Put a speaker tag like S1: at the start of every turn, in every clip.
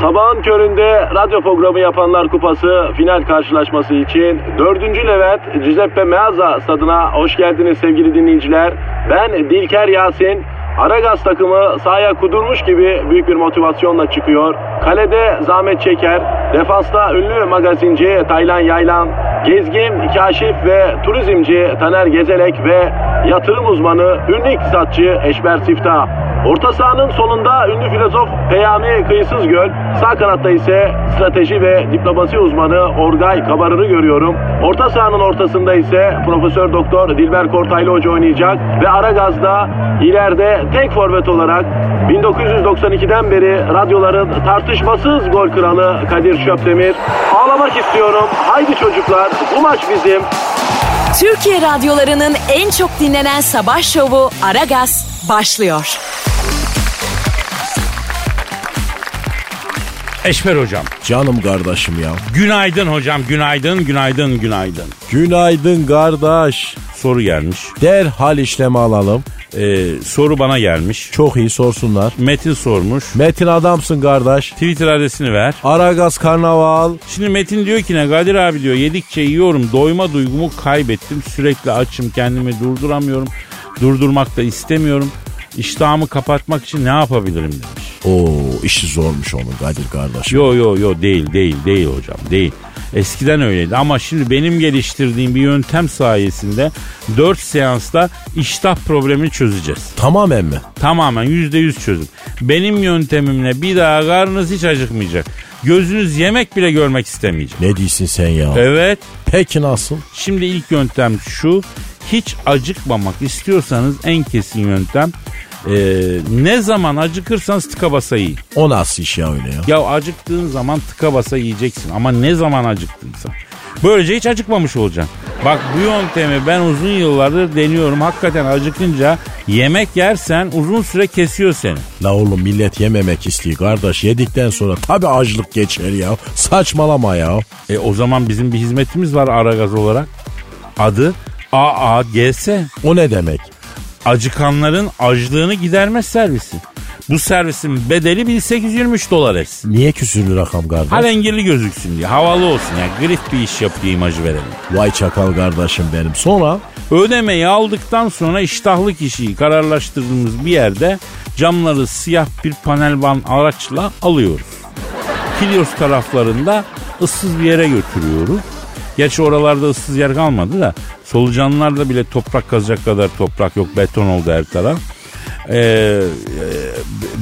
S1: Sabahın köründe radyo programı yapanlar kupası final karşılaşması için 4. Levent Giuseppe Meazza stadına hoş geldiniz sevgili dinleyiciler. Ben Dilker Yasin. Aragaz takımı sahaya kudurmuş gibi büyük bir motivasyonla çıkıyor. Kalede Zahmet Çeker, defansta ünlü magazinci Taylan Yaylan, gezgin, kaşif ve turizmci Taner Gezelek ve yatırım uzmanı, ünlü iktisatçı Eşber Siftah. Orta sahanın solunda ünlü filozof Peyami Kıyısız Göl, sağ kanatta ise strateji ve diplomasi uzmanı Orgay Kabarır'ı görüyorum. Orta sahanın ortasında ise Profesör Doktor Dilber Kortaylı Hoca oynayacak ve Aragaz'da ileride tek forvet olarak 1992'den beri radyoların tartışmasız gol kralı Kadir Şöpdemir. Ağlamak istiyorum. Haydi çocuklar bu maç bizim.
S2: Türkiye radyolarının en çok dinlenen sabah şovu Aragaz başlıyor.
S3: Eşber hocam.
S4: Canım kardeşim ya.
S3: Günaydın hocam, günaydın, günaydın, günaydın.
S4: Günaydın kardeş.
S3: Soru gelmiş.
S4: Derhal işleme alalım.
S3: Ee, soru bana gelmiş.
S4: Çok iyi sorsunlar.
S3: Metin sormuş.
S4: Metin adamsın kardeş.
S3: Twitter adresini ver.
S4: Aragaz Karnaval.
S3: Şimdi Metin diyor ki ne Kadir abi diyor yedikçe yiyorum doyma duygumu kaybettim. Sürekli açım kendimi durduramıyorum. Durdurmak da istemiyorum. İştahımı kapatmak için ne yapabilirim demiş.
S4: Oo işi zormuş onun Kadir kardeş.
S3: Yo yo yo değil değil değil hocam değil. Eskiden öyleydi ama şimdi benim geliştirdiğim bir yöntem sayesinde 4 seansta iştah problemini çözeceğiz.
S4: Tamamen mi?
S3: Tamamen %100 çözüm. Benim yöntemimle bir daha karnınız hiç acıkmayacak. Gözünüz yemek bile görmek istemeyecek.
S4: Ne diyorsun sen ya?
S3: Evet
S4: Peki nasıl?
S3: şimdi ilk yöntem şu. Hiç acıkmamak istiyorsanız en kesin yöntem e, ne zaman acıkırsanız tıka basa yiyin.
S4: O nasıl iş ya öyle ya?
S3: Ya acıktığın zaman tıka basa yiyeceksin ama ne zaman acıktınsa. Böylece hiç acıkmamış olacaksın. Bak bu yöntemi ben uzun yıllardır deniyorum. Hakikaten acıkınca yemek yersen uzun süre kesiyor seni.
S4: La oğlum millet yememek istiyor kardeş. Yedikten sonra tabi açlık geçer ya. Saçmalama ya.
S3: E o zaman bizim bir hizmetimiz var Aragaz olarak. Adı AAGS.
S4: O ne demek?
S3: Acıkanların acılığını giderme servisi. Bu servisin bedeli 1823 dolar etsin.
S4: Niye küsürlü rakam kardeş?
S3: Alengirli gözüksün diye havalı olsun ya grif bir iş yapıyor imajı verelim.
S4: Vay çakal kardeşim benim. Sonra
S3: Ödemeyi aldıktan sonra iştahlı kişiyi kararlaştırdığımız bir yerde camları siyah bir panelvan araçla alıyoruz. Kilios taraflarında ıssız bir yere götürüyoruz. Gerçi oralarda ıssız yer kalmadı da solucanlarda bile toprak kazacak kadar toprak yok beton oldu her taraf. Ee, e,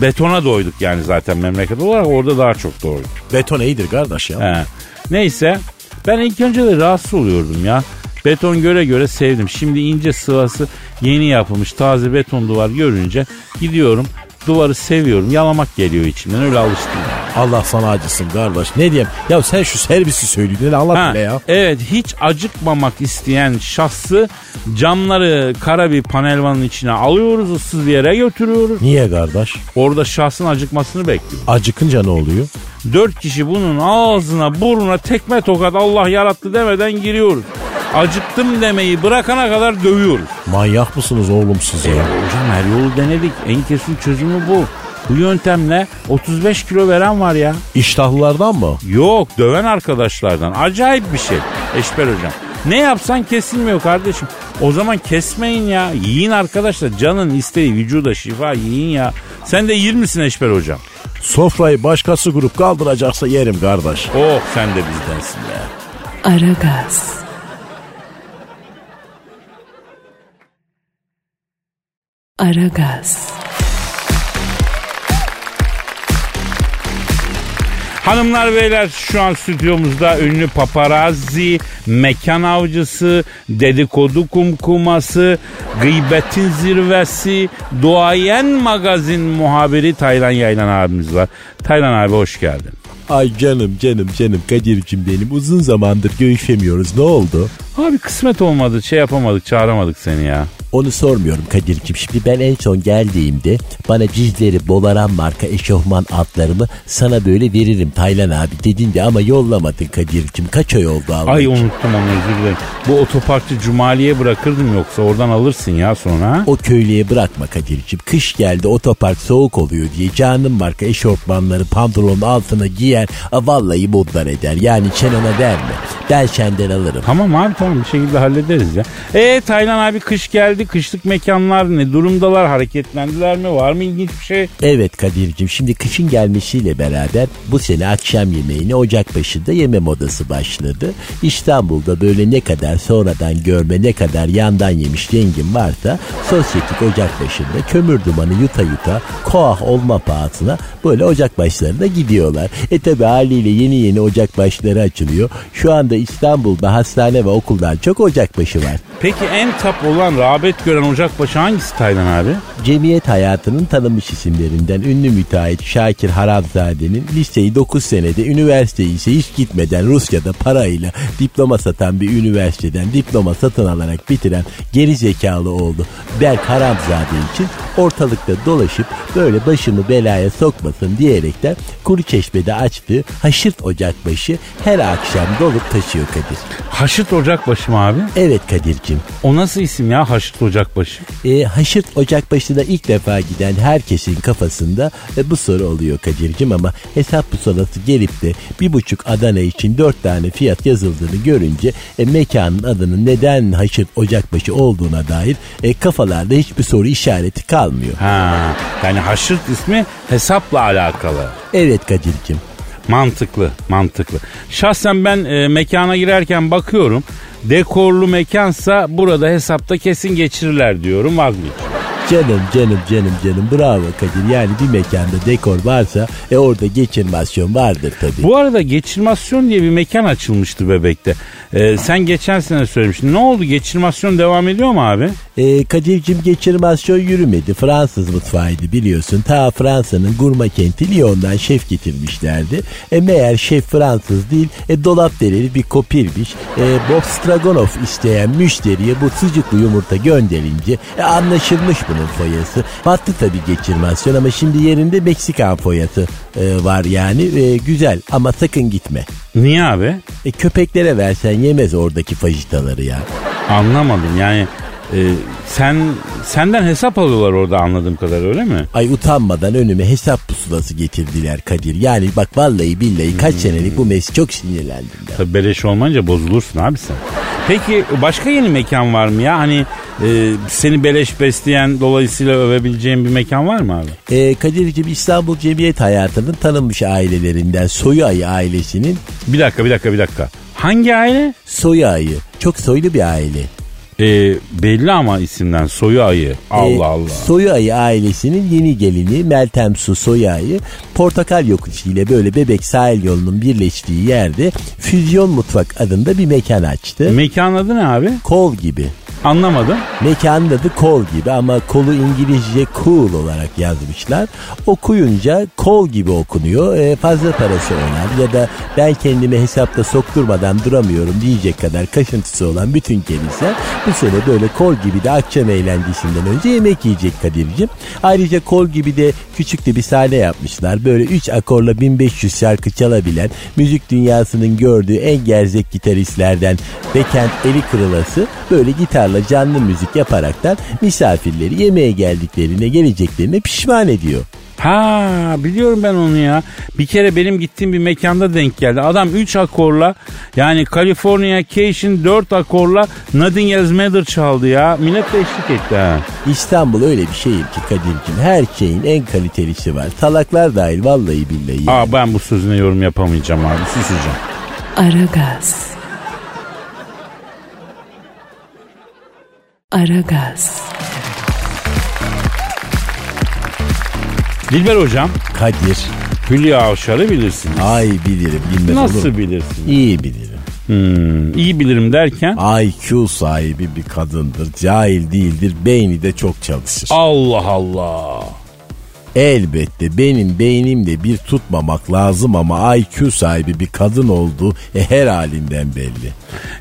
S3: betona doyduk yani zaten memleket olarak orada daha çok doyduk.
S4: beton iyidir kardeş ya.
S3: He. Neyse ben ilk önce de rahatsız oluyordum ya. Beton göre göre sevdim. Şimdi ince sıvası yeni yapılmış taze beton duvar görünce gidiyorum duvarı seviyorum. Yalamak geliyor içimden öyle alıştım.
S4: Allah sana acısın kardeş. Ne diyeyim? Ya sen şu servisi söyledin Allah
S3: Ha,
S4: bile ya.
S3: evet hiç acıkmamak isteyen şahsı camları kara bir panelvanın içine alıyoruz ıssız bir yere götürüyoruz.
S4: Niye kardeş?
S3: Orada şahsın acıkmasını bekliyoruz.
S4: Acıkınca ne oluyor?
S3: Dört kişi bunun ağzına burnuna tekme tokat Allah yarattı demeden giriyoruz. Acıktım demeyi bırakana kadar dövüyoruz.
S4: Manyak mısınız oğlum siz
S3: E,
S4: ya?
S3: hocam her yolu denedik. En kesin çözümü bu. Bu yöntemle 35 kilo veren var ya.
S4: İştahlılardan mı?
S3: Yok döven arkadaşlardan. Acayip bir şey. Eşber hocam. Ne yapsan kesilmiyor kardeşim. O zaman kesmeyin ya. Yiyin arkadaşlar. Canın isteği vücuda şifa yiyin ya. Sen de 20'sin Eşber hocam.
S4: Sofrayı başkası grup kaldıracaksa yerim kardeş.
S3: Oh sen de bizdensin be.
S2: Aragaz, Aragaz,
S3: Hanımlar beyler şu an stüdyomuzda ünlü paparazzi, mekan avcısı, dedikodu kumkuması, gıybetin zirvesi, duayen magazin muhabiri Taylan Yaylan abimiz var. Taylan abi hoş geldin.
S4: Ay canım canım canım Kadir'cim benim uzun zamandır görüşemiyoruz ne oldu?
S3: Abi kısmet olmadı şey yapamadık çağıramadık seni ya.
S4: Onu sormuyorum Kadir'cim şimdi ben en son geldiğimde bana cizleri bolaran marka eşofman atlarımı sana böyle veririm Taylan abi dedin de ama yollamadın Kadir'cim kaç ay oldu abi?
S3: Ay unuttum onu özür dilerim. Bu otoparkçı Cumali'ye bırakırdım yoksa oradan alırsın ya sonra.
S4: O köylüye bırakma Kadir'cim. Kış geldi otopark soğuk oluyor diye canım marka eşofmanları pantolonun altına giyer. A, vallahi modlar eder. Yani çenona verme. Ben senden alırım.
S3: Tamam abi tamam bir şekilde hallederiz ya. E Taylan abi kış geldi kışlık mekanlar ne durumdalar hareketlendiler mi var mı ilginç bir şey?
S4: Evet Kadir'cim şimdi kışın gelmesiyle beraber bu sene akşam yemeğini ocak başında yeme modası başladı. İstanbul'da böyle ne kadar sonradan görme ne kadar yandan yemiş yengin varsa sosyetik ocak başında kömür dumanı yuta yuta koah olma pahasına böyle ocak başlarına gidiyorlar. E tabi haliyle yeni yeni ocak başları açılıyor. Şu anda İstanbul'da hastane ve okuldan çok ocak başı var.
S3: Peki en tap olan rağbet gören Ocakbaşı hangisi Taylan abi?
S4: Cemiyet hayatının tanınmış isimlerinden ünlü müteahhit Şakir Haramzade'nin liseyi 9 senede üniversiteyi ise hiç gitmeden Rusya'da parayla diploma satan bir üniversiteden diploma satın alarak bitiren geri zekalı oğlu Berk Haramzade için ortalıkta dolaşıp böyle başını belaya sokmasın diyerekten Kuruçeşme'de açtığı haşırt ocakbaşı her akşam dolup taşıyor Kadir.
S3: Haşırt Ocakbaşı mı abi?
S4: Evet Kadir'cim
S3: O nasıl isim ya Haşırt Ocakbaşı?
S4: e, haşırt ocak başına ilk defa giden herkesin kafasında e, bu soru oluyor Kadir'cim ama hesap pusulası gelip de bir buçuk Adana için dört tane fiyat yazıldığını görünce e, mekanın adının neden haşırt ocakbaşı olduğuna dair e, kafalarda hiçbir soru işareti kalmıyor.
S3: Ha yani Haşırt ismi hesapla alakalı.
S4: Evet Kadir'cim
S3: Mantıklı, mantıklı. Şahsen ben e, mekana girerken bakıyorum. Dekorlu mekansa burada hesapta kesin geçirirler diyorum vazgeç.
S4: Canım canım canım canım bravo Kadir yani bir mekanda dekor varsa e orada geçirmasyon vardır tabii.
S3: Bu arada geçirmasyon diye bir mekan açılmıştı bebekte. E, sen geçen sene söylemiştin. Ne oldu geçirmasyon devam ediyor mu abi?
S4: E, Kadir'cim geçirmasyon yürümedi. Fransız mutfağıydı biliyorsun. Ta Fransa'nın gurme kenti Lyon'dan şef getirmişlerdi. E, meğer şef Fransız değil, e, dolap dereli bir kopirmiş. E, Bob Stroganoff isteyen müşteriye bu sucuklu yumurta gönderince e, anlaşılmış bunun foyası. Battı tabii geçirmasyon ama şimdi yerinde Meksikan foyası e, var yani. E, güzel ama sakın gitme.
S3: Niye abi?
S4: E, köpeklere versen yemez oradaki fajitaları ya.
S3: Anlamadım yani. e, sen senden hesap alıyorlar orada anladığım kadar öyle mi?
S4: Ay utanmadan önüme hesap pusulası getirdiler Kadir. Yani bak vallahi billahi kaç
S3: Hmm.
S4: senelik bu mesleği çok sinirlendim ben.
S3: Tabii beleş olmayınca bozulursun abi sen. Peki başka yeni mekan var mı ya? Hani e, seni beleş besleyen dolayısıyla övebileceğin bir mekan var mı abi?
S4: Ee, Kadir'cim İstanbul Cemiyet Hayatı'nın tanınmış ailelerinden Soyu Ayı ailesinin
S3: Bir dakika bir dakika bir dakika. Hangi aile?
S4: Soyu Ayı. Çok soylu bir aile. Ee,
S3: E, belli ama isimden soyu ayı. Allah
S4: Ee,
S3: Allah.
S4: Soyuayı ailesinin yeni gelini Meltem Su Soyuayı portakal yokuşu ile böyle bebek sahil yolunun birleştiği yerde Füzyon Mutfak adında bir mekan açtı.
S3: Mekanın adı ne abi?
S4: Kol gibi.
S3: Anlamadım.
S4: Mekanın adı kol gibi ama kolu İngilizce cool olarak yazmışlar. Okuyunca kol gibi okunuyor. Ee, fazla parası olan ya da ben kendimi hesapta sokturmadan duramıyorum diyecek kadar kaşıntısı olan bütün gençler bu sene böyle kol gibi de akşam eğlencesinden önce yemek yiyecek Kadir'cim. Ayrıca kol gibi de küçük de bir sahne yapmışlar. Böyle 3 akorla 1500 şarkı çalabilen müzik dünyasının gördüğü en gerzek gitaristlerden Bekent Eli Kırılası böyle gitarla canlı müzik yaparaktan misafirleri yemeğe geldiklerine geleceklerine pişman ediyor.
S3: Ha biliyorum ben onu ya. Bir kere benim gittiğim bir mekanda denk geldi. Adam 3 akorla yani California Cation 4 akorla Nothing Else Matter çaldı ya. Millet de eşlik etti ha.
S4: İstanbul öyle bir şehir ki Kadir'cim her şeyin en kalitelisi var. Salaklar dahil vallahi billahi. yani.
S3: Aa ben bu sözüne yorum yapamayacağım abi susacağım.
S2: Aragaz. Aragaz.
S3: Dilber hocam
S4: Kadir.
S3: Hülya Avşar'ı bilirsin.
S4: Ay bilirim bilmez olur
S3: Nasıl
S4: mu?
S3: bilirsin?
S4: İyi bilirim.
S3: Hmm, iyi bilirim derken
S4: IQ sahibi bir kadındır. Cahil değildir. Beyni de çok çalışır.
S3: Allah Allah.
S4: Elbette benim beynimle bir tutmamak lazım ama IQ sahibi bir kadın olduğu e, her halinden belli.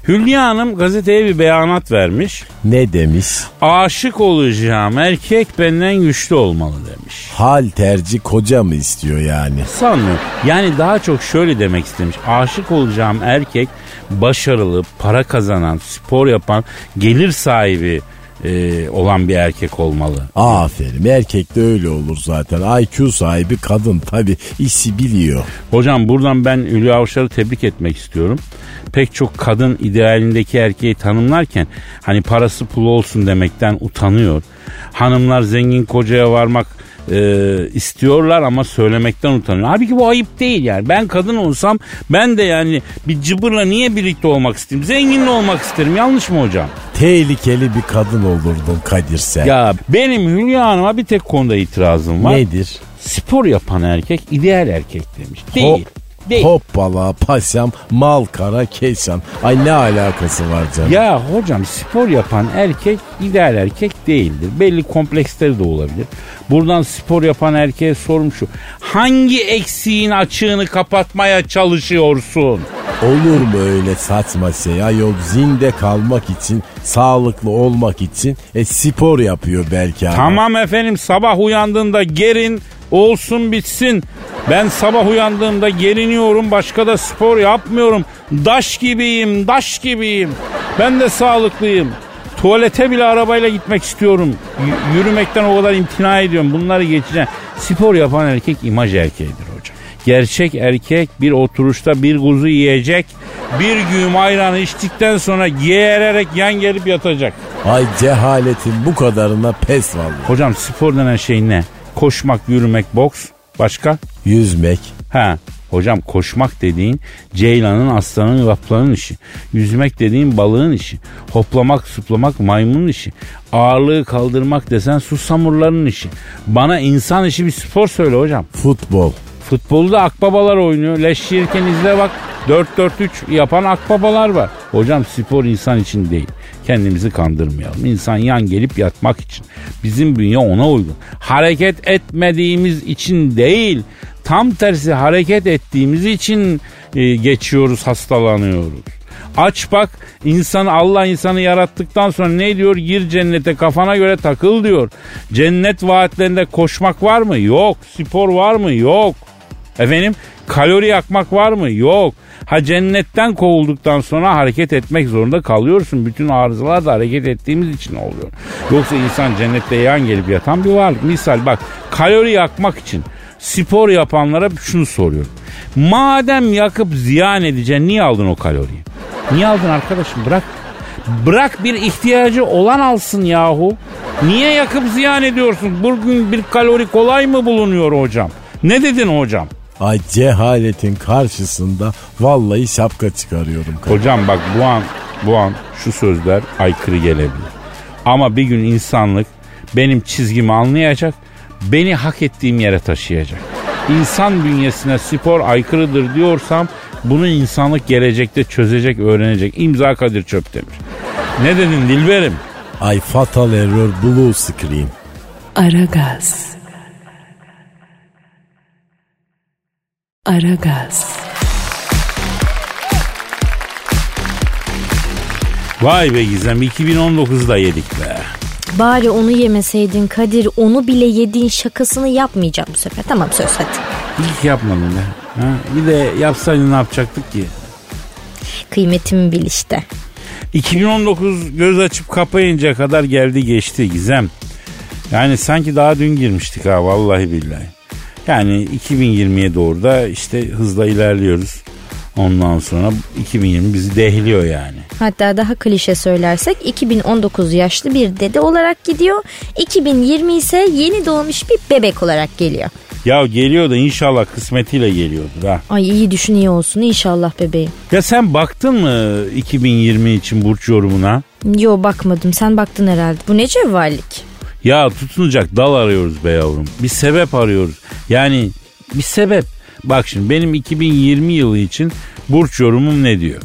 S3: Hülya Hanım gazeteye bir beyanat vermiş.
S4: Ne demiş?
S3: Aşık olacağım erkek benden güçlü olmalı demiş.
S4: Hal terci koca mı istiyor yani?
S3: Sanmıyorum. Yani daha çok şöyle demek istemiş. Aşık olacağım erkek başarılı, para kazanan, spor yapan, gelir sahibi e, olan bir erkek olmalı.
S4: Aferin erkek de öyle olur zaten. IQ sahibi kadın tabi işi biliyor.
S3: Hocam buradan ben Hülya Avşar'ı tebrik etmek istiyorum. Pek çok kadın idealindeki erkeği tanımlarken hani parası pulu olsun demekten utanıyor. Hanımlar zengin kocaya varmak e, istiyorlar ama söylemekten utanıyor. Halbuki bu ayıp değil yani. Ben kadın olsam ben de yani bir cıbırla niye birlikte olmak isterim? Zenginle olmak isterim. Yanlış mı hocam?
S4: Tehlikeli bir kadın olurdun Kadir sen.
S3: Ya benim Hülya Hanım'a bir tek konuda itirazım var.
S4: Nedir?
S3: Spor yapan erkek ideal erkek demiş. Değil.
S4: Hop.
S3: Değil.
S4: Hoppala paşam mal kara keşan. Ay ne alakası var canım?
S3: Ya hocam spor yapan erkek ideal erkek değildir. Belli kompleksleri de olabilir. Buradan spor yapan erkeğe sorum şu. Hangi eksiğin açığını kapatmaya çalışıyorsun?
S4: Olur mu öyle saçma şey? Ayol zinde kalmak için, sağlıklı olmak için e, spor yapıyor belki. adam.
S3: Tamam efendim sabah uyandığında gerin olsun bitsin. Ben sabah uyandığımda geriniyorum başka da spor yapmıyorum. Daş gibiyim daş gibiyim. Ben de sağlıklıyım. Tuvalete bile arabayla gitmek istiyorum. Y- yürümekten o kadar imtina ediyorum. Bunları geçeceğim. Spor yapan erkek imaj erkeğidir hocam. Gerçek erkek bir oturuşta bir kuzu yiyecek. Bir güğüm ayranı içtikten sonra yeğererek yan gelip yatacak.
S4: Ay cehaletin bu kadarına pes vallahi.
S3: Hocam spor denen şey ne? Koşmak, yürümek, boks. Başka?
S4: Yüzmek.
S3: Ha. Hocam koşmak dediğin ceylanın, aslanın, laplanın işi. Yüzmek dediğin balığın işi. Hoplamak, suplamak maymunun işi. Ağırlığı kaldırmak desen su samurlarının işi. Bana insan işi bir spor söyle hocam.
S4: Futbol.
S3: Futbolda akbabalar oynuyor. Leş yerken izle bak. 4-4-3 yapan akbabalar var. Hocam spor insan için değil. Kendimizi kandırmayalım. İnsan yan gelip yatmak için. Bizim dünya ona uygun. Hareket etmediğimiz için değil. Tam tersi hareket ettiğimiz için e, geçiyoruz, hastalanıyoruz. Aç bak insanı Allah insanı yarattıktan sonra ne diyor? Gir cennete kafana göre takıl diyor. Cennet vaatlerinde koşmak var mı? Yok. Spor var mı? Yok. Efendim kalori yakmak var mı? Yok. Ha cennetten kovulduktan sonra hareket etmek zorunda kalıyorsun. Bütün arızalar da hareket ettiğimiz için oluyor. Yoksa insan cennette yan gelip yatan bir varlık. Misal bak kalori yakmak için spor yapanlara şunu soruyorum. Madem yakıp ziyan edeceksin niye aldın o kaloriyi? Niye aldın arkadaşım bırak. Bırak bir ihtiyacı olan alsın yahu. Niye yakıp ziyan ediyorsun? Bugün bir kalori kolay mı bulunuyor hocam? Ne dedin hocam?
S4: Ay cehaletin karşısında vallahi şapka çıkarıyorum.
S3: Hocam bak bu an bu an şu sözler aykırı gelebilir. Ama bir gün insanlık benim çizgimi anlayacak, beni hak ettiğim yere taşıyacak. İnsan bünyesine spor aykırıdır diyorsam bunu insanlık gelecekte çözecek, öğrenecek. İmza Kadir Çöptemir. Ne dedin Dilberim?
S4: Ay fatal error blue screen.
S2: Aragaz. Aragaz.
S3: Vay be Gizem 2019'da yedik be.
S5: Bari onu yemeseydin Kadir onu bile yediğin şakasını yapmayacağım bu sefer. Tamam söz hadi.
S3: İlk yapmadın be. Ha? Bir de yapsaydın ne yapacaktık ki?
S5: Kıymetimi bil işte.
S3: 2019 göz açıp kapayınca kadar geldi geçti Gizem. Yani sanki daha dün girmiştik ha vallahi billahi. Yani 2020'ye doğru da işte hızla ilerliyoruz. Ondan sonra 2020 bizi dehliyor yani.
S5: Hatta daha klişe söylersek 2019 yaşlı bir dede olarak gidiyor. 2020 ise yeni doğmuş bir bebek olarak geliyor.
S3: Ya geliyor da inşallah kısmetiyle geliyordur ha.
S5: Ay iyi düşün iyi olsun inşallah bebeğim.
S3: Ya sen baktın mı 2020 için burç yorumuna?
S5: Yo bakmadım sen baktın herhalde. Bu ne cevvallik?
S3: Ya tutunacak dal arıyoruz be yavrum. Bir sebep arıyoruz. Yani bir sebep. Bak şimdi benim 2020 yılı için burç yorumum ne diyor?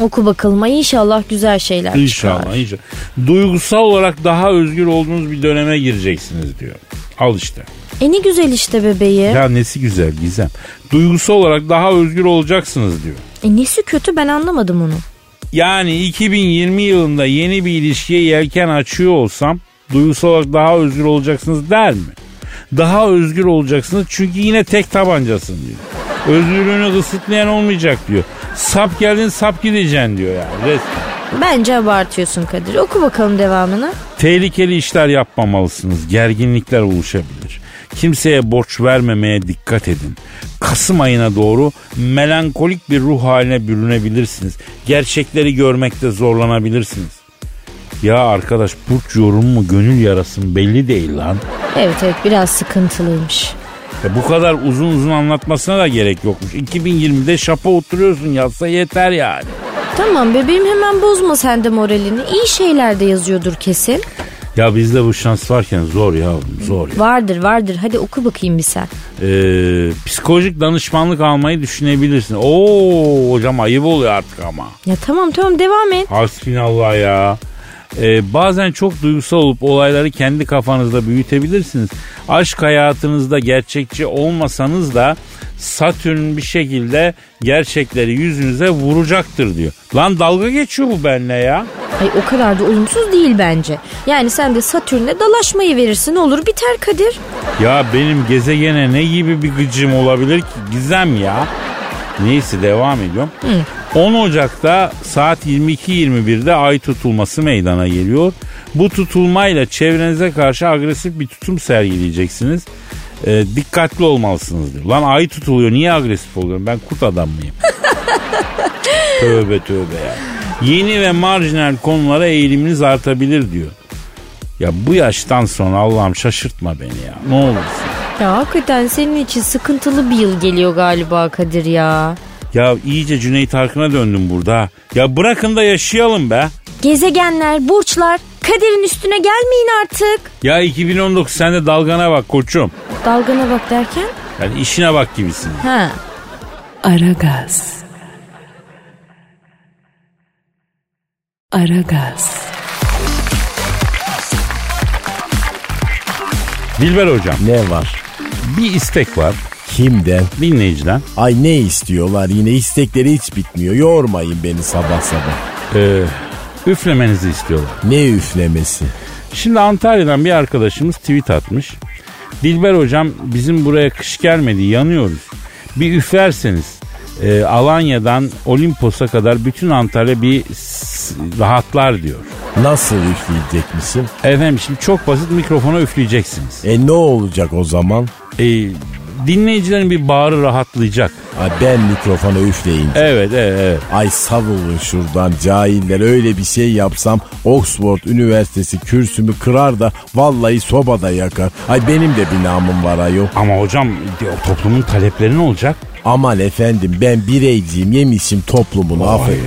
S5: Oku bakalım ay inşallah güzel şeyler
S3: İnşallah,
S5: çıkar.
S3: inşallah. Duygusal olarak daha özgür olduğunuz bir döneme gireceksiniz diyor. Al işte.
S5: E ne güzel işte bebeğim.
S3: Ya nesi güzel Gizem. Duygusu olarak daha özgür olacaksınız diyor.
S5: E nesi kötü ben anlamadım onu.
S3: Yani 2020 yılında yeni bir ilişkiye yelken açıyor olsam duygusal olarak daha özgür olacaksınız der mi? Daha özgür olacaksınız çünkü yine tek tabancasın diyor. Özgürlüğünü kısıtlayan olmayacak diyor. Sap geldin sap gideceksin diyor yani. Resmen.
S5: Bence abartıyorsun Kadir. Oku bakalım devamını.
S3: Tehlikeli işler yapmamalısınız. Gerginlikler oluşabilir. Kimseye borç vermemeye dikkat edin. Kasım ayına doğru melankolik bir ruh haline bürünebilirsiniz. Gerçekleri görmekte zorlanabilirsiniz. Ya arkadaş burç yorum mu gönül yarası mı belli değil lan.
S5: Evet evet biraz sıkıntılıymış.
S3: Ya bu kadar uzun uzun anlatmasına da gerek yokmuş. 2020'de şapa oturuyorsun yatsa yeter yani.
S5: Tamam bebeğim hemen bozma sen de moralini. İyi şeyler de yazıyordur kesin.
S3: Ya bizde bu şans varken zor ya zor ya.
S5: Vardır vardır hadi oku bakayım bir sen.
S3: Ee, psikolojik danışmanlık almayı düşünebilirsin. Oo hocam ayıp oluyor artık ama.
S5: Ya tamam tamam devam et.
S3: Hasbinallah ya. Ee, bazen çok duygusal olup olayları kendi kafanızda büyütebilirsiniz. Aşk hayatınızda gerçekçi olmasanız da Satürn bir şekilde gerçekleri yüzünüze vuracaktır diyor. Lan dalga geçiyor bu benimle ya.
S5: Ay o kadar da olumsuz değil bence. Yani sen de Satürn'e dalaşmayı verirsin olur biter Kadir.
S3: Ya benim gezegene ne gibi bir gıcım olabilir ki gizem ya. Neyse devam ediyorum. 10 Ocak'ta saat 22.21'de ay tutulması meydana geliyor. Bu tutulmayla çevrenize karşı agresif bir tutum sergileyeceksiniz. Ee, dikkatli olmalısınız diyor. Lan ay tutuluyor niye agresif oluyorum ben kurt adam mıyım? tövbe tövbe ya. Yeni ve marjinal konulara eğiliminiz artabilir diyor. Ya bu yaştan sonra Allah'ım şaşırtma beni ya. Ne olursun.
S5: Ya hakikaten senin için sıkıntılı bir yıl geliyor galiba Kadir ya.
S3: Ya iyice Cüneyt Arkın'a döndüm burada. ha. Ya bırakın da yaşayalım be.
S5: Gezegenler, burçlar Kadir'in üstüne gelmeyin artık.
S3: Ya 2019 sen de dalgana bak koçum.
S5: Dalgana bak derken?
S3: Yani işine bak gibisin.
S5: Ha.
S6: Aragaz. Aragaz.
S3: Dilber hocam
S4: Ne var?
S3: bir istek var
S4: Kimden?
S3: dinleyiciden.
S4: Ay ne istiyorlar yine istekleri hiç bitmiyor. Yormayın beni sabah sabah.
S3: Ee, üflemenizi istiyorlar.
S4: Ne üflemesi.
S3: Şimdi Antalya'dan bir arkadaşımız tweet atmış. Dilber hocam bizim buraya kış gelmedi yanıyoruz. Bir üflerseniz e, Alanya'dan Olimpos'a kadar bütün Antalya bir s- rahatlar diyor.
S4: Nasıl üfleyecek misin?
S3: Efendim şimdi çok basit mikrofona üfleyeceksiniz.
S4: E ne olacak o zaman?
S3: e, dinleyicilerin bir bağrı rahatlayacak.
S4: Ay ben mikrofona üfleyeyim.
S3: Evet evet evet.
S4: Ay savulun şuradan cahiller öyle bir şey yapsam Oxford Üniversitesi kürsümü kırar da vallahi sobada yakar. Ay benim de bir namım var ayol.
S3: Ama hocam o toplumun talepleri ne olacak?
S4: Aman efendim ben bireyciyim yemişim toplumunu affedin.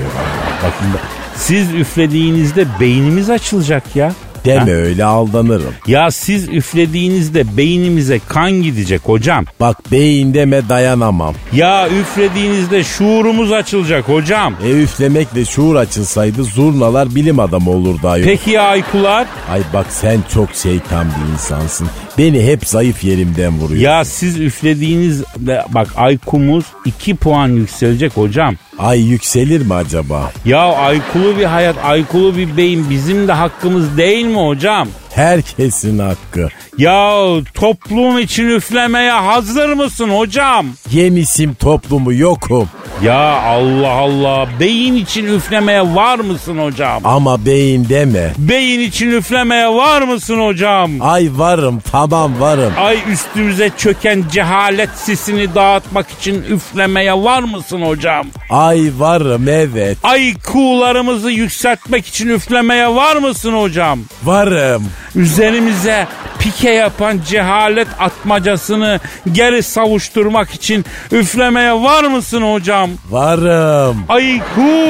S3: Bakın da- siz üflediğinizde beynimiz açılacak ya.
S4: Deme
S3: Ha?
S4: öyle aldanırım.
S3: Ya siz üflediğinizde beynimize kan gidecek hocam.
S4: Bak beyin deme dayanamam.
S3: Ya üflediğinizde şuurumuz açılacak hocam.
S4: E üflemekle şuur açılsaydı zurnalar bilim adamı olurdu ayol.
S3: Peki ya aykular?
S4: Ay bak sen çok şeytan bir insansın. Beni hep zayıf yerimden vuruyor.
S3: Ya siz üflediğinizde bak aykumuz 2 puan yükselecek hocam.
S4: Ay yükselir mi acaba?
S3: Ya aykulu bir hayat, aykulu bir beyin bizim de hakkımız değil mi hocam?
S4: Herkesin hakkı.
S3: Ya toplum için üflemeye hazır mısın hocam?
S4: Yemişim toplumu yokum.
S3: Ya Allah Allah beyin için üflemeye var mısın hocam?
S4: Ama beyin deme.
S3: Beyin için üflemeye var mısın hocam?
S4: Ay varım tamam varım.
S3: Ay üstümüze çöken cehalet sisini dağıtmak için üflemeye var mısın hocam?
S4: Ay varım evet.
S3: Ay kuğularımızı yükseltmek için üflemeye var mısın hocam?
S4: Varım.
S3: Üzerimize pike yapan cehalet atmacasını geri savuşturmak için üflemeye var mısın hocam?
S4: Varım.
S3: Ayku,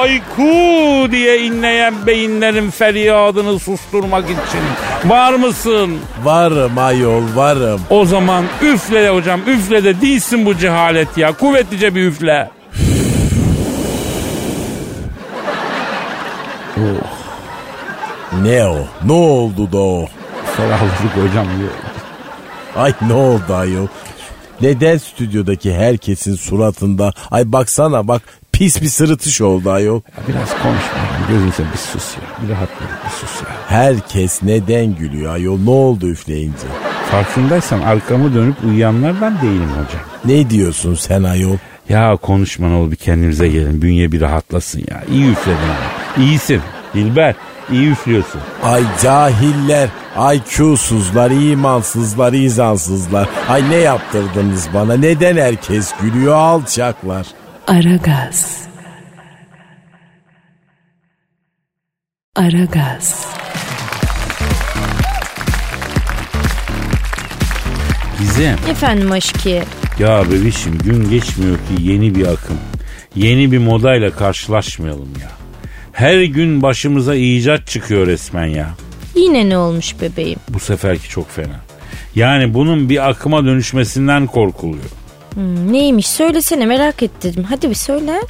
S3: ayku diye inleyen beyinlerin feryadını susturmak için var mısın?
S4: Varım ayol varım.
S3: O zaman üfle de hocam, üfle de değilsin bu cehalet ya. Kuvvetlice bir üfle.
S4: Ne o? Ne oldu da o?
S3: Ferahladık hocam.
S4: Ay ne oldu ayol? Neden stüdyodaki herkesin suratında ay baksana bak pis bir sırıtış oldu ayol.
S3: Ya biraz konuşma. ya. Gözünü seveyim bir sus ya. Bir rahat bırak, bir sus ya.
S4: Herkes neden gülüyor ayol ne oldu üfleyince?
S3: Farkındaysan arkamı dönüp uyuyanlardan değilim hocam.
S4: Ne diyorsun sen ayol?
S3: Ya konuşma ne olur bir kendimize gelin. Bünye bir rahatlasın ya. İyi üfledin ama. İyisin. Dilber iyi üflüyorsun.
S4: Ay cahiller, IQ'suzlar, imansızlar, izansızlar. Ay ne yaptırdınız bana? Neden herkes gülüyor alçaklar?
S6: Aragaz. Aragaz.
S3: Gizem.
S5: Efendim aşkı.
S3: Ya bebişim gün geçmiyor ki yeni bir akım. Yeni bir modayla karşılaşmayalım ya. Her gün başımıza icat çıkıyor resmen ya.
S5: Yine ne olmuş bebeğim?
S3: Bu seferki çok fena. Yani bunun bir akıma dönüşmesinden korkuluyor.
S5: Hmm, neymiş söylesene merak ettim. Hadi bir söyle.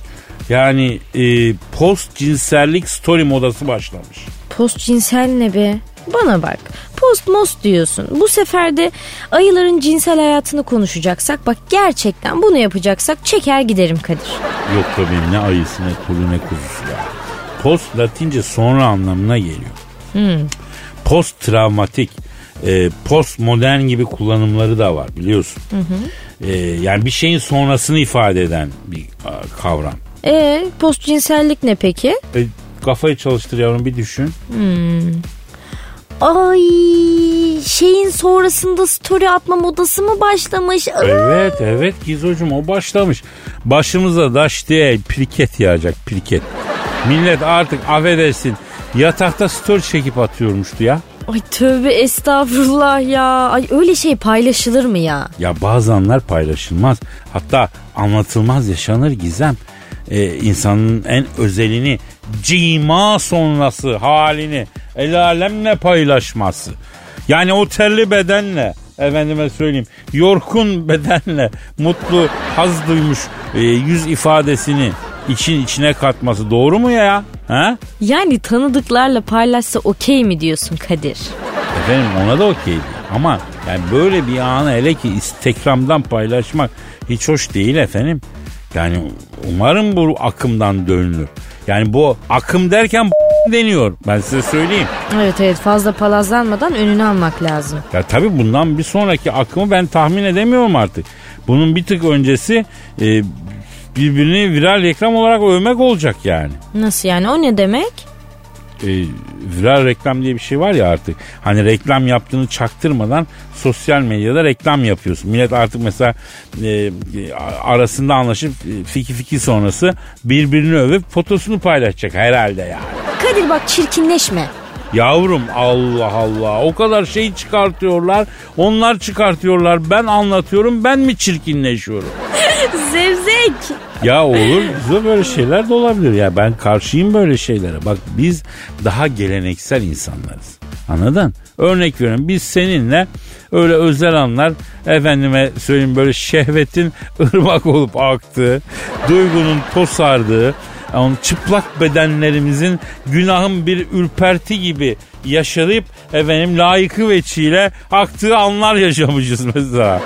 S3: Yani e, post cinsellik story modası başlamış.
S5: Post cinsel ne be? Bana bak. Post most diyorsun. Bu sefer de ayıların cinsel hayatını konuşacaksak bak gerçekten bunu yapacaksak çeker giderim Kadir.
S3: Yok tabii ne ayısı ne kulu ne kuzusu ya. Post latince sonra anlamına geliyor. Post travmatik, e, post modern gibi kullanımları da var biliyorsun. E, yani bir şeyin sonrasını ifade eden bir a, kavram.
S5: E post cinsellik ne peki?
S3: E, kafayı çalıştır yavrum bir düşün.
S5: Ay şeyin sonrasında story atma modası mı başlamış? Aa,
S3: Evet evet Gizocuğum o başlamış. Başımıza daş diye pirket yağacak pirket. Millet artık affedersin yatakta story çekip atıyormuştu ya.
S5: Ay tövbe estağfurullah ya. Ay öyle şey paylaşılır mı ya?
S3: Ya bazı anlar paylaşılmaz. Hatta anlatılmaz yaşanır gizem. Ee, insanın en özelini cima sonrası halini el alemle paylaşması. Yani o terli bedenle efendime söyleyeyim yorkun bedenle mutlu haz duymuş e, yüz ifadesini için içine katması doğru mu ya? Ha?
S5: Yani tanıdıklarla paylaşsa okey mi diyorsun Kadir?
S3: Efendim ona da okeydi. Ama yani böyle bir anı hele ki Instagram'dan paylaşmak hiç hoş değil efendim. Yani umarım bu akımdan dönülür. Yani bu akım derken deniyor. Ben size söyleyeyim.
S5: Evet evet fazla palazlanmadan önünü almak lazım.
S3: Ya tabii bundan bir sonraki akımı ben tahmin edemiyorum artık. Bunun bir tık öncesi e, birbirini viral reklam olarak övmek olacak yani.
S5: Nasıl yani o ne demek?
S3: e, viral reklam diye bir şey var ya artık. Hani reklam yaptığını çaktırmadan sosyal medyada reklam yapıyorsun. Millet artık mesela e, e, arasında anlaşıp e, fiki fiki sonrası birbirini övüp fotosunu paylaşacak herhalde yani.
S5: Kadir bak çirkinleşme.
S3: Yavrum Allah Allah o kadar şey çıkartıyorlar onlar çıkartıyorlar ben anlatıyorum ben mi çirkinleşiyorum?
S5: Zevzek.
S3: Ya olur bize böyle şeyler de olabilir ya ben karşıyım böyle şeylere. Bak biz daha geleneksel insanlarız. Anladın? Örnek veriyorum biz seninle öyle özel anlar efendime söyleyeyim böyle şehvetin ırmak olup aktığı, duygunun tosardığı, yani çıplak bedenlerimizin günahın bir ürperti gibi yaşarıp efendim layıkı veçiyle aktığı anlar yaşamışız mesela.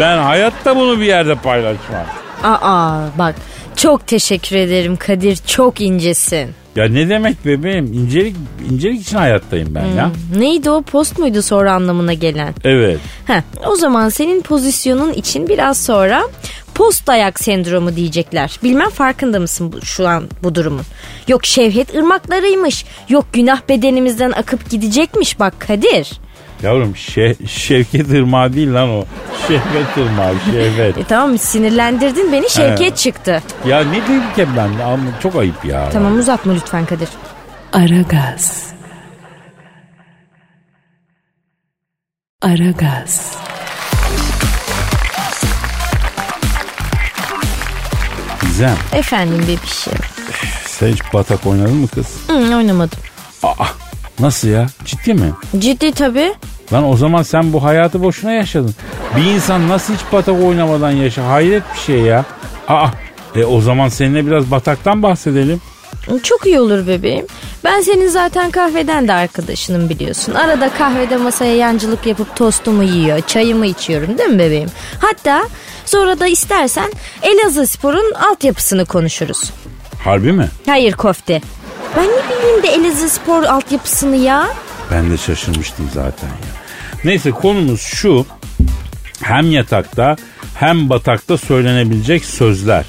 S3: Ben hayatta bunu bir yerde paylaşmam.
S5: Aa bak çok teşekkür ederim Kadir çok incesin.
S3: Ya ne demek bebeğim? İncelik, incelik için hayattayım ben ya.
S5: Neydi o post muydu sonra anlamına gelen?
S3: Evet.
S5: Heh, o zaman senin pozisyonun için biraz sonra post ayak sendromu diyecekler. Bilmem farkında mısın bu, şu an bu durumun? Yok şevhet ırmaklarıymış. Yok günah bedenimizden akıp gidecekmiş bak Kadir.
S3: Yavrum şe, şevket ırmağı değil lan o. Şehvet ırmağı, şehvet.
S5: E tamam sinirlendirdin beni şevket çıktı.
S3: ya ne diyeyim ki ben? Ama çok ayıp ya.
S5: Tamam uzatma lütfen Kadir.
S6: Aragaz. Aragaz.
S3: Gizem,
S5: Efendim bebişim.
S3: sen hiç batak oynadın mı kız?
S5: Hı, oynamadım.
S3: Aa, nasıl ya? Ciddi mi?
S5: Ciddi tabii.
S3: Lan o zaman sen bu hayatı boşuna yaşadın. Bir insan nasıl hiç batak oynamadan yaşa? Hayret bir şey ya. Aa, e o zaman seninle biraz bataktan bahsedelim.
S5: Çok iyi olur bebeğim. Ben senin zaten kahveden de arkadaşınım biliyorsun. Arada kahvede masaya yancılık yapıp tostumu yiyor, çayımı içiyorum değil mi bebeğim? Hatta sonra da istersen Elazığ Spor'un altyapısını konuşuruz.
S3: Harbi mi?
S5: Hayır kofte. Ben ne bileyim de Elazığ Spor altyapısını ya.
S3: Ben de şaşırmıştım zaten ya. Neyse konumuz şu. Hem yatakta hem batakta söylenebilecek sözler.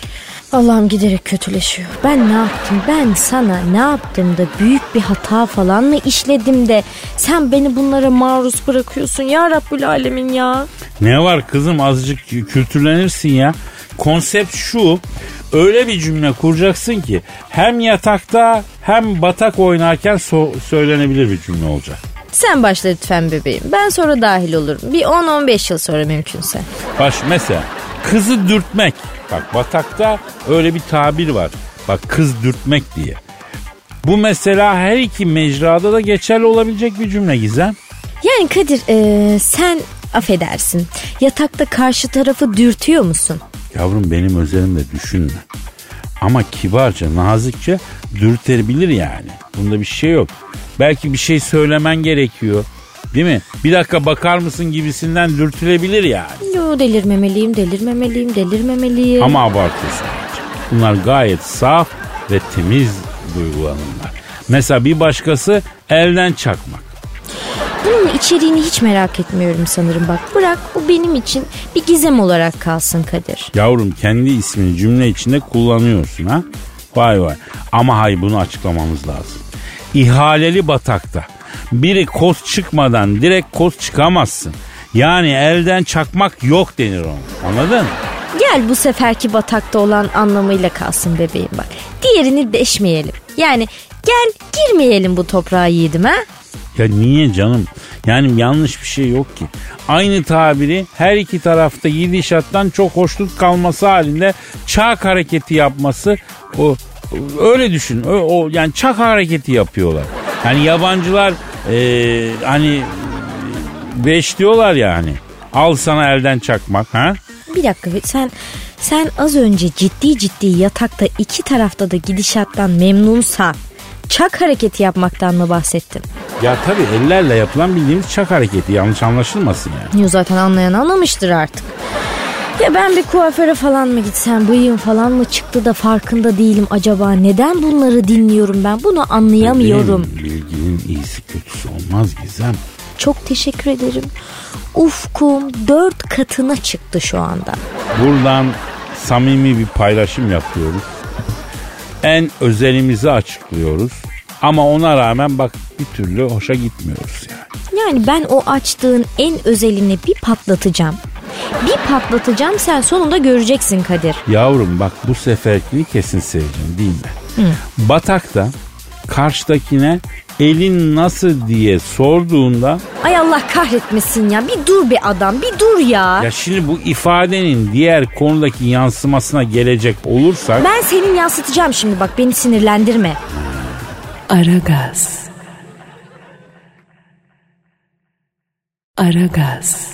S5: Allah'ım giderek kötüleşiyor. Ben ne yaptım? Ben sana ne yaptım da büyük bir hata falan mı işledim de sen beni bunlara maruz bırakıyorsun ya Rabbül Alemin ya.
S3: Ne var kızım azıcık kültürlenirsin ya. Konsept şu. Öyle bir cümle kuracaksın ki hem yatakta hem batak oynarken so- söylenebilir bir cümle olacak.
S5: Sen başla lütfen bebeğim. Ben sonra dahil olurum. Bir 10-15 yıl sonra mümkünse.
S3: Baş mesela kızı dürtmek. Bak batakta öyle bir tabir var. Bak kız dürtmek diye. Bu mesela her iki mecrada da geçerli olabilecek bir cümle Gizem.
S5: Yani Kadir eee, sen affedersin. Yatakta karşı tarafı dürtüyor musun?
S3: Yavrum benim özelimde düşünme. Ama kibarca, nazikçe dürtebilir yani. Bunda bir şey yok. Belki bir şey söylemen gerekiyor. Değil mi? Bir dakika bakar mısın gibisinden dürtülebilir yani.
S5: Yo delirmemeliyim, delirmemeliyim, delirmemeliyim.
S3: Ama abartıyorsun. Bunlar gayet saf ve temiz duygulanımlar. Mesela bir başkası elden çakmak.
S5: Bunun içeriğini hiç merak etmiyorum sanırım bak. Bırak bu benim için bir gizem olarak kalsın Kadir.
S3: Yavrum kendi ismini cümle içinde kullanıyorsun ha. Vay vay. Ama hay bunu açıklamamız lazım. İhaleli batakta. Biri koz çıkmadan direkt koz çıkamazsın. Yani elden çakmak yok denir ona. Anladın?
S5: Gel bu seferki batakta olan anlamıyla kalsın bebeğim bak. Diğerini deşmeyelim. Yani gel girmeyelim bu toprağa yiğidim ha.
S3: Ya niye canım? Yani yanlış bir şey yok ki. Aynı tabiri her iki tarafta gidişattan çok hoşnut kalması halinde çak hareketi yapması o o- öyle düşün. Ö- O, yani çak hareketi yapıyorlar. Yani yabancılar eee, hani beş diyorlar ya hani. Al sana elden çakmak ha?
S5: Bir dakika sen sen az önce ciddi ciddi yatakta iki tarafta da gidişattan memnunsan çak hareketi yapmaktan mı bahsettin?
S3: Ya tabii ellerle yapılan bildiğimiz çak hareketi yanlış anlaşılmasın yani.
S5: Yo zaten anlayan anlamıştır artık. Ya ben bir kuaföre falan mı gitsem bıyığım falan mı çıktı da farkında değilim acaba neden bunları dinliyorum ben bunu anlayamıyorum.
S3: Benim Bilginin iyisi kötüsü olmaz Gizem.
S5: Çok teşekkür ederim. Ufkum dört katına çıktı şu anda.
S3: Buradan samimi bir paylaşım yapıyoruz. En özelimizi açıklıyoruz. Ama ona rağmen bak bir türlü hoşa gitmiyoruz yani.
S5: Yani ben o açtığın en özelini bir patlatacağım. Bir patlatacağım sen sonunda göreceksin Kadir.
S3: Yavrum bak bu seferkini kesin seveceğim değil mi? Batakta karşıdakine elin nasıl diye sorduğunda
S5: Ay Allah kahretmesin ya bir dur bir adam bir dur ya.
S3: ya şimdi bu ifadenin diğer konudaki yansımasına gelecek olursak
S5: Ben senin yansıtacağım şimdi bak beni sinirlendirme.
S6: Aragaz. Aragaz.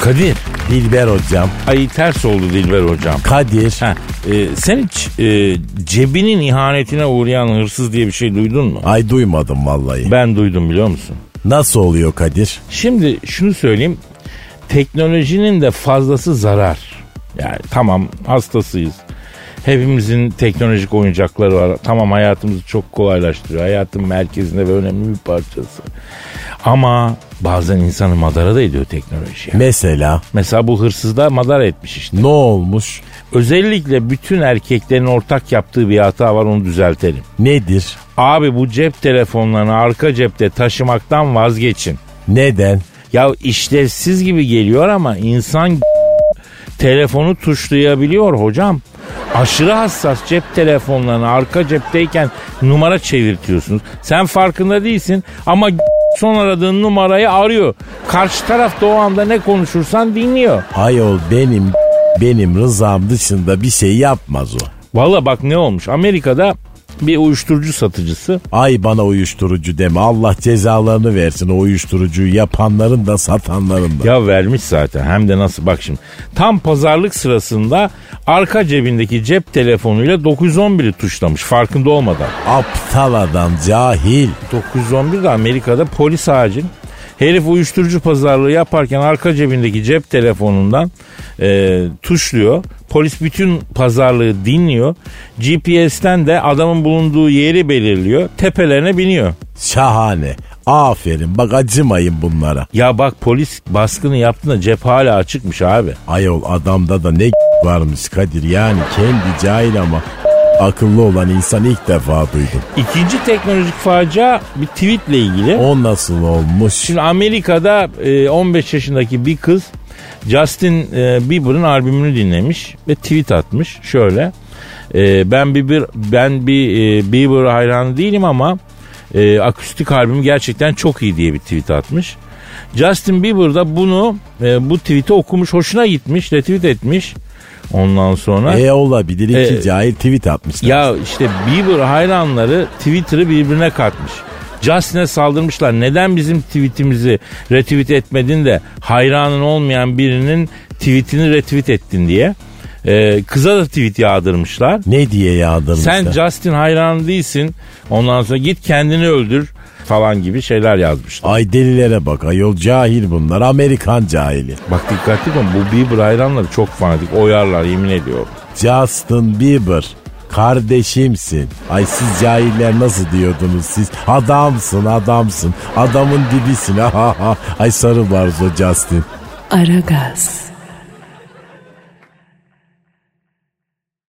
S4: Kadir. Dilber hocam.
S3: ay ters oldu Dilber hocam.
S4: Kadir.
S7: Ha, e, sen hiç e, cebinin ihanetine uğrayan hırsız diye bir şey duydun mu?
S4: Ay duymadım vallahi.
S7: Ben duydum biliyor musun?
S4: Nasıl oluyor Kadir?
S7: Şimdi şunu söyleyeyim. Teknolojinin de fazlası zarar. Yani tamam hastasıyız. Hepimizin teknolojik oyuncakları var. Tamam hayatımızı çok kolaylaştırıyor. Hayatın merkezinde ve önemli bir parçası. Ama bazen insanı madara da ediyor teknoloji.
S4: Mesela
S7: Mesela bu hırsızda madara etmiş işte.
S4: ne olmuş?
S7: Özellikle bütün erkeklerin ortak yaptığı bir hata var onu düzeltelim.
S4: Nedir?
S7: Abi bu cep telefonlarını arka cepte taşımaktan vazgeçin.
S4: Neden?
S7: Ya işlevsiz gibi geliyor ama insan telefonu tuşlayabiliyor hocam. Aşırı hassas cep telefonlarını arka cepteyken numara çevirtiyorsunuz. Sen farkında değilsin ama son aradığın numarayı arıyor. Karşı taraf da o anda ne konuşursan dinliyor.
S4: Ayol benim benim rızam dışında bir şey yapmaz o.
S7: Valla bak ne olmuş Amerika'da
S3: bir uyuşturucu satıcısı.
S4: Ay bana uyuşturucu deme. Allah cezalarını versin o uyuşturucuyu yapanların da satanların da.
S3: Ya vermiş zaten hem de nasıl bak şimdi. Tam pazarlık sırasında arka cebindeki cep telefonuyla 911'i tuşlamış farkında olmadan.
S4: Aptal adam cahil.
S3: 911 de Amerika'da polis acil. Herif uyuşturucu pazarlığı yaparken arka cebindeki cep telefonundan e, tuşluyor. Polis bütün pazarlığı dinliyor. GPS'ten de adamın bulunduğu yeri belirliyor. Tepelerine biniyor.
S4: Şahane. Aferin bak acımayın bunlara.
S3: Ya bak polis baskını yaptığında cep hala açıkmış abi.
S4: Ayol adamda da ne varmış Kadir yani kendi cahil ama akıllı olan insan ilk defa duydum.
S3: İkinci teknolojik facia bir tweetle ilgili.
S4: O nasıl olmuş?
S3: Şimdi Amerika'da e, 15 yaşındaki bir kız Justin e, Bieber'ın albümünü dinlemiş ve tweet atmış. Şöyle e, ben Bieber ben bir e, Bieber hayranı değilim ama e, akustik albümü gerçekten çok iyi diye bir tweet atmış. Justin Bieber da bunu e, bu tweet'i okumuş, hoşuna gitmiş, retweet etmiş. Ondan sonra
S4: E olabilir iki
S3: E,
S4: cahil tweet atmışlar.
S3: ya işte Bieber hayranları Twitter'ı birbirine katmış. Justin'e saldırmışlar. Neden bizim tweetimizi retweet etmedin de hayranın olmayan birinin tweetini retweet ettin diye. Ee, kıza da tweet yağdırmışlar.
S4: Ne diye yağdırmışlar?
S3: Sen Justin hayranı değilsin. Ondan sonra git kendini öldür falan gibi şeyler yazmışlar.
S4: Ay delilere bak ayol cahil bunlar Amerikan cahili.
S3: Bak dikkatli olun bu Bieber hayranları çok fanatik. Oyarlar yemin ediyorum.
S4: Justin Bieber kardeşimsin. Ay siz cahiller nasıl diyordunuz siz? Adamsın adamsın. Adamın dibisin. ahaha. Ay sarı barzo Justin.
S8: Aragaz.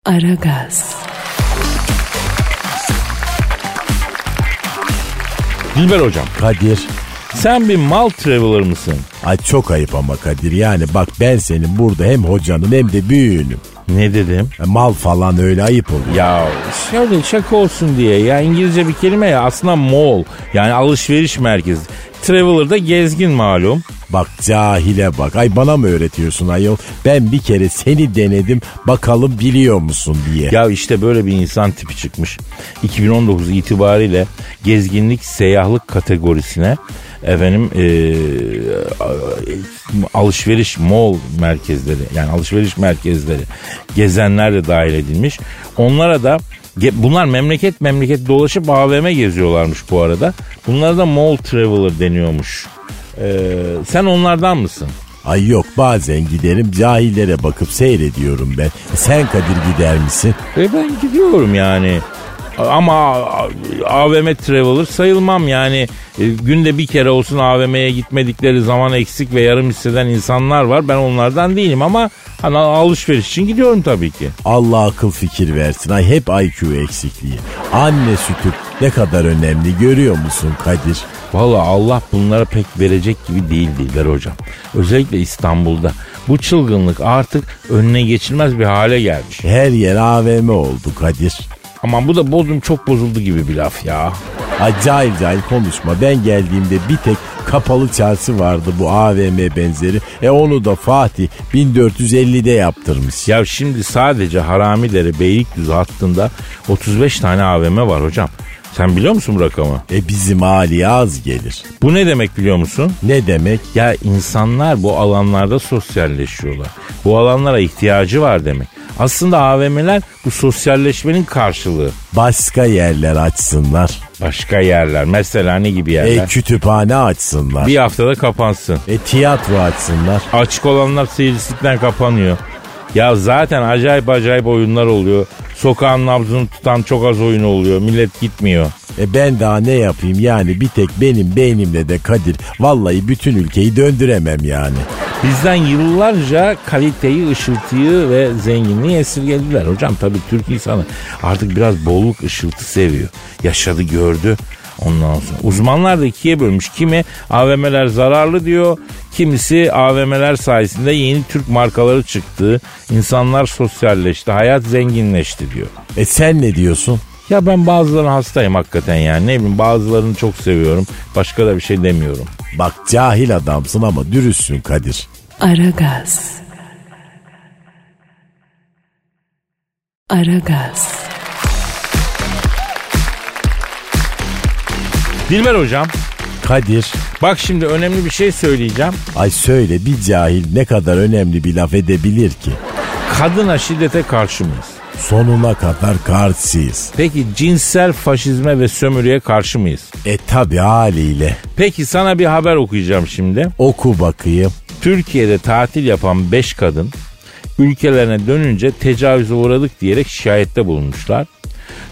S8: Aragaz.
S3: Dilber hocam
S4: Kadir.
S3: sen bir mal traveler mısın?
S4: Ay çok ayıp ama Kadir yani bak ben senin burada hem hocanın hem de büyüğünüm.
S3: Ne dedim?
S4: E, Mal falan öyle ayıp oluyor.
S3: Ya şöyle şaka olsun diye ya İngilizce bir kelime ya aslında mall yani alışveriş merkezi. Traveler'da gezgin malum.
S4: Bak cahile bak. Ay bana mı öğretiyorsun ayol? Ben bir kere seni denedim bakalım biliyor musun diye.
S3: Ya işte böyle bir insan tipi çıkmış. 2019 itibariyle gezginlik seyahlık kategorisine efendim eee, alışveriş mall merkezleri yani alışveriş merkezleri gezenler de dahil edilmiş. Onlara da ge- bunlar memleket memleket dolaşıp AVM geziyorlarmış bu arada. Bunlara da mall traveler deniyormuş. Eee, sen onlardan mısın?
S4: Ay yok bazen giderim cahillere bakıp seyrediyorum ben. Sen Kadir gider misin?
S3: E ben gidiyorum yani. Ama AVM Traveler sayılmam yani. E, günde bir kere olsun AVM'ye gitmedikleri zaman eksik ve yarım hisseden insanlar var. Ben onlardan değilim ama hani alışveriş için gidiyorum tabii ki.
S4: Allah akıl fikir versin. Ay hep IQ eksikliği. Anne sütü ne kadar önemli görüyor musun Kadir?
S3: Valla Allah bunlara pek verecek gibi değil Dilber hocam. Özellikle İstanbul'da. Bu çılgınlık artık önüne geçilmez bir hale gelmiş.
S4: Her yer AVM oldu Kadir.
S3: Ama bu da bozum çok bozuldu gibi bir laf ya.
S4: Ay cahil cahil konuşma. Ben geldiğimde bir tek kapalı çarşı vardı bu AVM benzeri. E onu da Fatih 1450'de yaptırmış.
S3: Ya şimdi sadece Haramidere Beylikdüzü hattında 35 tane AVM var hocam. Sen biliyor musun bu rakamı?
S4: E bizim hali az gelir.
S3: Bu ne demek biliyor musun?
S4: Ne demek?
S3: Ya insanlar bu alanlarda sosyalleşiyorlar. Bu alanlara ihtiyacı var demek. Aslında AVM'ler bu sosyalleşmenin karşılığı.
S4: Başka yerler açsınlar.
S3: Başka yerler. Mesela ne gibi
S4: E
S3: yerler?
S4: kütüphane açsınlar.
S3: Bir haftada kapansın.
S4: E tiyatro açsınlar.
S3: Açık olanlar seyircilikten kapanıyor. Ya zaten acayip acayip oyunlar oluyor. Sokağın nabzını tutan çok az oyun oluyor. Millet gitmiyor.
S4: E ben daha ne yapayım yani bir tek benim beynimle de Kadir. Vallahi bütün ülkeyi döndüremem yani.
S3: Bizden yıllarca kaliteyi, ışıltıyı ve zenginliği esirgediler. Hocam tabii Türk insanı artık biraz bolluk ışıltı seviyor. Yaşadı gördü. Ondan sonra uzmanlar da ikiye bölmüş. Kimi AVM'ler zararlı diyor. Kimisi AVM'ler sayesinde yeni Türk markaları çıktı. İnsanlar sosyalleşti. Hayat zenginleşti diyor.
S4: E sen ne diyorsun?
S3: Ya ben bazılarına hastayım hakikaten yani. Ne bileyim bazılarını çok seviyorum. Başka da bir şey demiyorum.
S4: Bak cahil adamsın ama dürüstsün Kadir.
S8: Aragaz. Aragaz.
S3: Dilber hocam
S4: Kadir.
S3: bak şimdi önemli bir şey söyleyeceğim.
S4: Ay söyle bir cahil ne kadar önemli bir laf edebilir ki?
S3: Kadına şiddete karşı mıyız?
S4: Sonuna kadar karşıyız.
S3: Peki cinsel faşizme ve sömürüye karşı mıyız?
S4: E tabi haliyle.
S3: Peki sana bir haber okuyacağım şimdi.
S4: Oku bakayım.
S3: Türkiye'de tatil yapan 5 kadın ülkelerine dönünce tecavüze uğradık diyerek şikayette bulunmuşlar.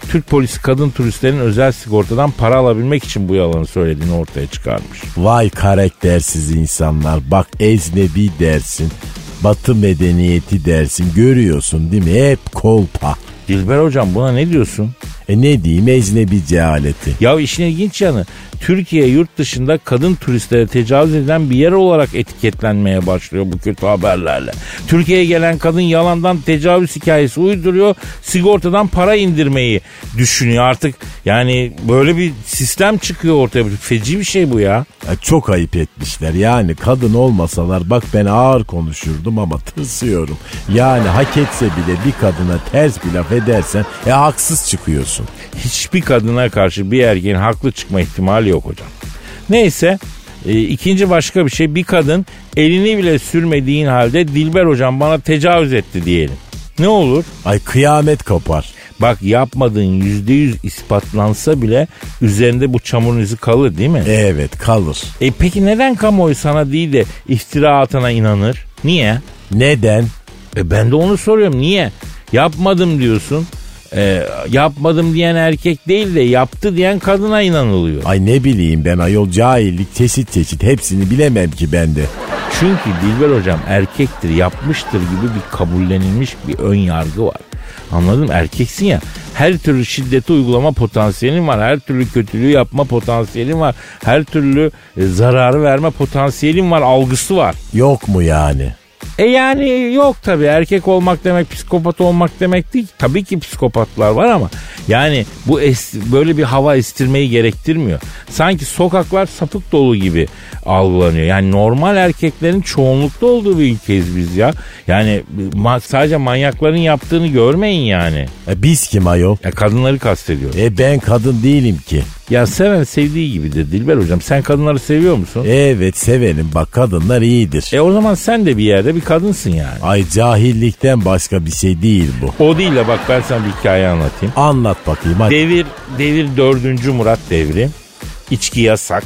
S3: Türk polisi kadın turistlerin özel sigortadan para alabilmek için bu yalanı söylediğini ortaya çıkarmış.
S4: Vay karaktersiz insanlar. Bak eznebi dersin. Batı medeniyeti dersin. Görüyorsun değil mi? Hep kolpa.
S3: Dilber hocam buna ne diyorsun?
S4: E ne diyeyim eznebi cehaleti.
S3: Ya işin ilginç yanı Türkiye yurt dışında kadın turistlere tecavüz edilen bir yer olarak etiketlenmeye başlıyor bu kötü haberlerle. Türkiye'ye gelen kadın yalandan tecavüz hikayesi uyduruyor. Sigortadan para indirmeyi düşünüyor artık. Yani böyle bir sistem çıkıyor ortaya. Feci bir şey bu ya.
S4: Ya çok ayıp etmişler. Yani kadın olmasalar bak ben ağır konuşurdum ama tırsıyorum. Yani hak etse bile bir kadına ters bir laf edersen e haksız çıkıyorsun.
S3: Hiçbir kadına karşı bir erkeğin haklı çıkma ihtimali yok hocam. Neyse e, ikinci başka bir şey bir kadın elini bile sürmediğin halde Dilber hocam bana tecavüz etti diyelim. Ne olur?
S4: Ay kıyamet kopar.
S3: Bak yapmadığın yüzde yüz ispatlansa bile üzerinde bu çamurun izi kalır değil mi?
S4: Evet kalır.
S3: E peki neden kamuoyu sana değil de iftira atana inanır? Niye?
S4: Neden?
S3: E ben de onu soruyorum niye? Yapmadım diyorsun. E, yapmadım diyen erkek değil de yaptı diyen kadına inanılıyor.
S4: Ay ne bileyim ben ayol cahillik çeşit çeşit hepsini bilemem ki ben de.
S3: Çünkü Dilber hocam erkektir, yapmıştır gibi bir kabullenilmiş bir ön yargı var. Anladın mı? Erkeksin ya. Her türlü şiddeti uygulama potansiyelin var. Her türlü kötülüğü yapma potansiyelin var. Her türlü e, zararı verme potansiyelin var. Algısı var.
S4: Yok mu yani?
S3: E yani yok tabii erkek olmak demek psikopat olmak demek değil. Tabii ki psikopatlar var ama yani bu es- böyle bir hava estirmeyi gerektirmiyor. Sanki sokaklar sapık dolu gibi algılanıyor. Yani normal erkeklerin çoğunlukta olduğu bir ülkeyiz biz ya. Yani ma- sadece manyakların yaptığını görmeyin yani.
S4: E biz kim ayol?
S3: Ya kadınları kastediyorum.
S4: E ben kadın değilim ki.
S3: Ya seven sevdiği gibidir Dilber hocam. Sen kadınları seviyor musun?
S4: Evet severim bak kadınlar iyidir.
S3: E o zaman sen de bir yerde bir kadınsın yani.
S4: Ay cahillikten başka bir şey değil bu.
S3: O değil de bak ben sana bir hikaye anlatayım.
S4: Anlat bakayım hadi.
S3: Devir devir 4. Murat devri. İçki yasak.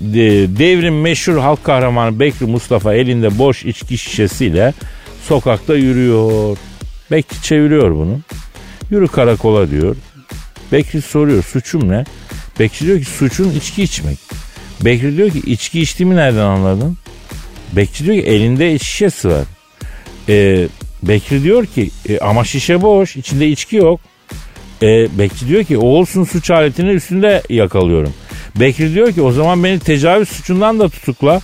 S3: De- Devrin meşhur halk kahramanı Bekri Mustafa elinde boş içki şişesiyle sokakta yürüyor. Bekri çeviriyor bunu. Yürü karakola diyor. Bekri soruyor suçum ne? Bekri diyor ki suçun içki içmek. Bekri diyor ki içki içtiğimi nereden anladın? Bekri diyor ki elinde şişesi var. Ee, Bekri diyor ki "E, ama şişe boş içinde içki yok. E, Bekri diyor ki o olsun suç aletini üstünde yakalıyorum. Bekri diyor ki o zaman beni tecavüz suçundan da tutukla.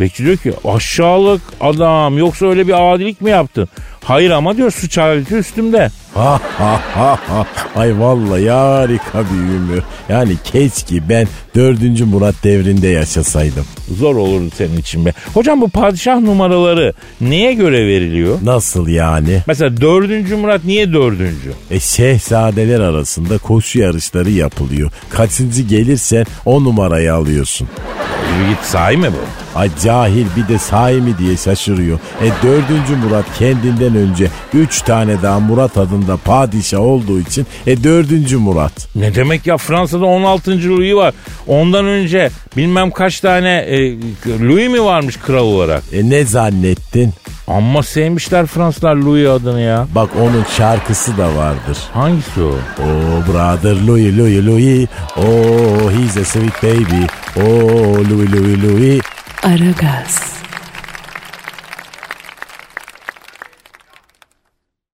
S3: Bekri diyor ki aşağılık adam yoksa öyle bir adilik mi yaptın? Hayır ama diyor suç aleti üstümde.
S4: Ha ha ha ha. Ay vallahi harika bir ümür. Yani keşke ben 4. Murat devrinde yaşasaydım.
S3: Zor olurdu senin için be. Hocam bu padişah numaraları neye göre veriliyor?
S4: Nasıl yani?
S3: Mesela dördüncü Murat niye dördüncü?
S4: E şehzadeler arasında koşu yarışları yapılıyor. Kaçıncı gelirsen o numarayı alıyorsun.
S3: Yürü git sahi mi bu?
S4: Ay cahil bir de sahi mi diye şaşırıyor. E 4. Murat kendinden önce 3 tane daha Murat adında padişah olduğu için e 4. Murat.
S3: Ne demek ya Fransa'da 16. Louis var. Ondan önce bilmem kaç tane e, Louis mi varmış kral olarak?
S4: E ne zannettin?
S3: Amma sevmişler Fransızlar Louis adını ya.
S4: Bak onun şarkısı da vardır.
S3: Hangisi o?
S4: Oh brother Louis Louis Louis. Oh he's a sweet baby. Oh Louis Louis Louis.
S9: Aragaz.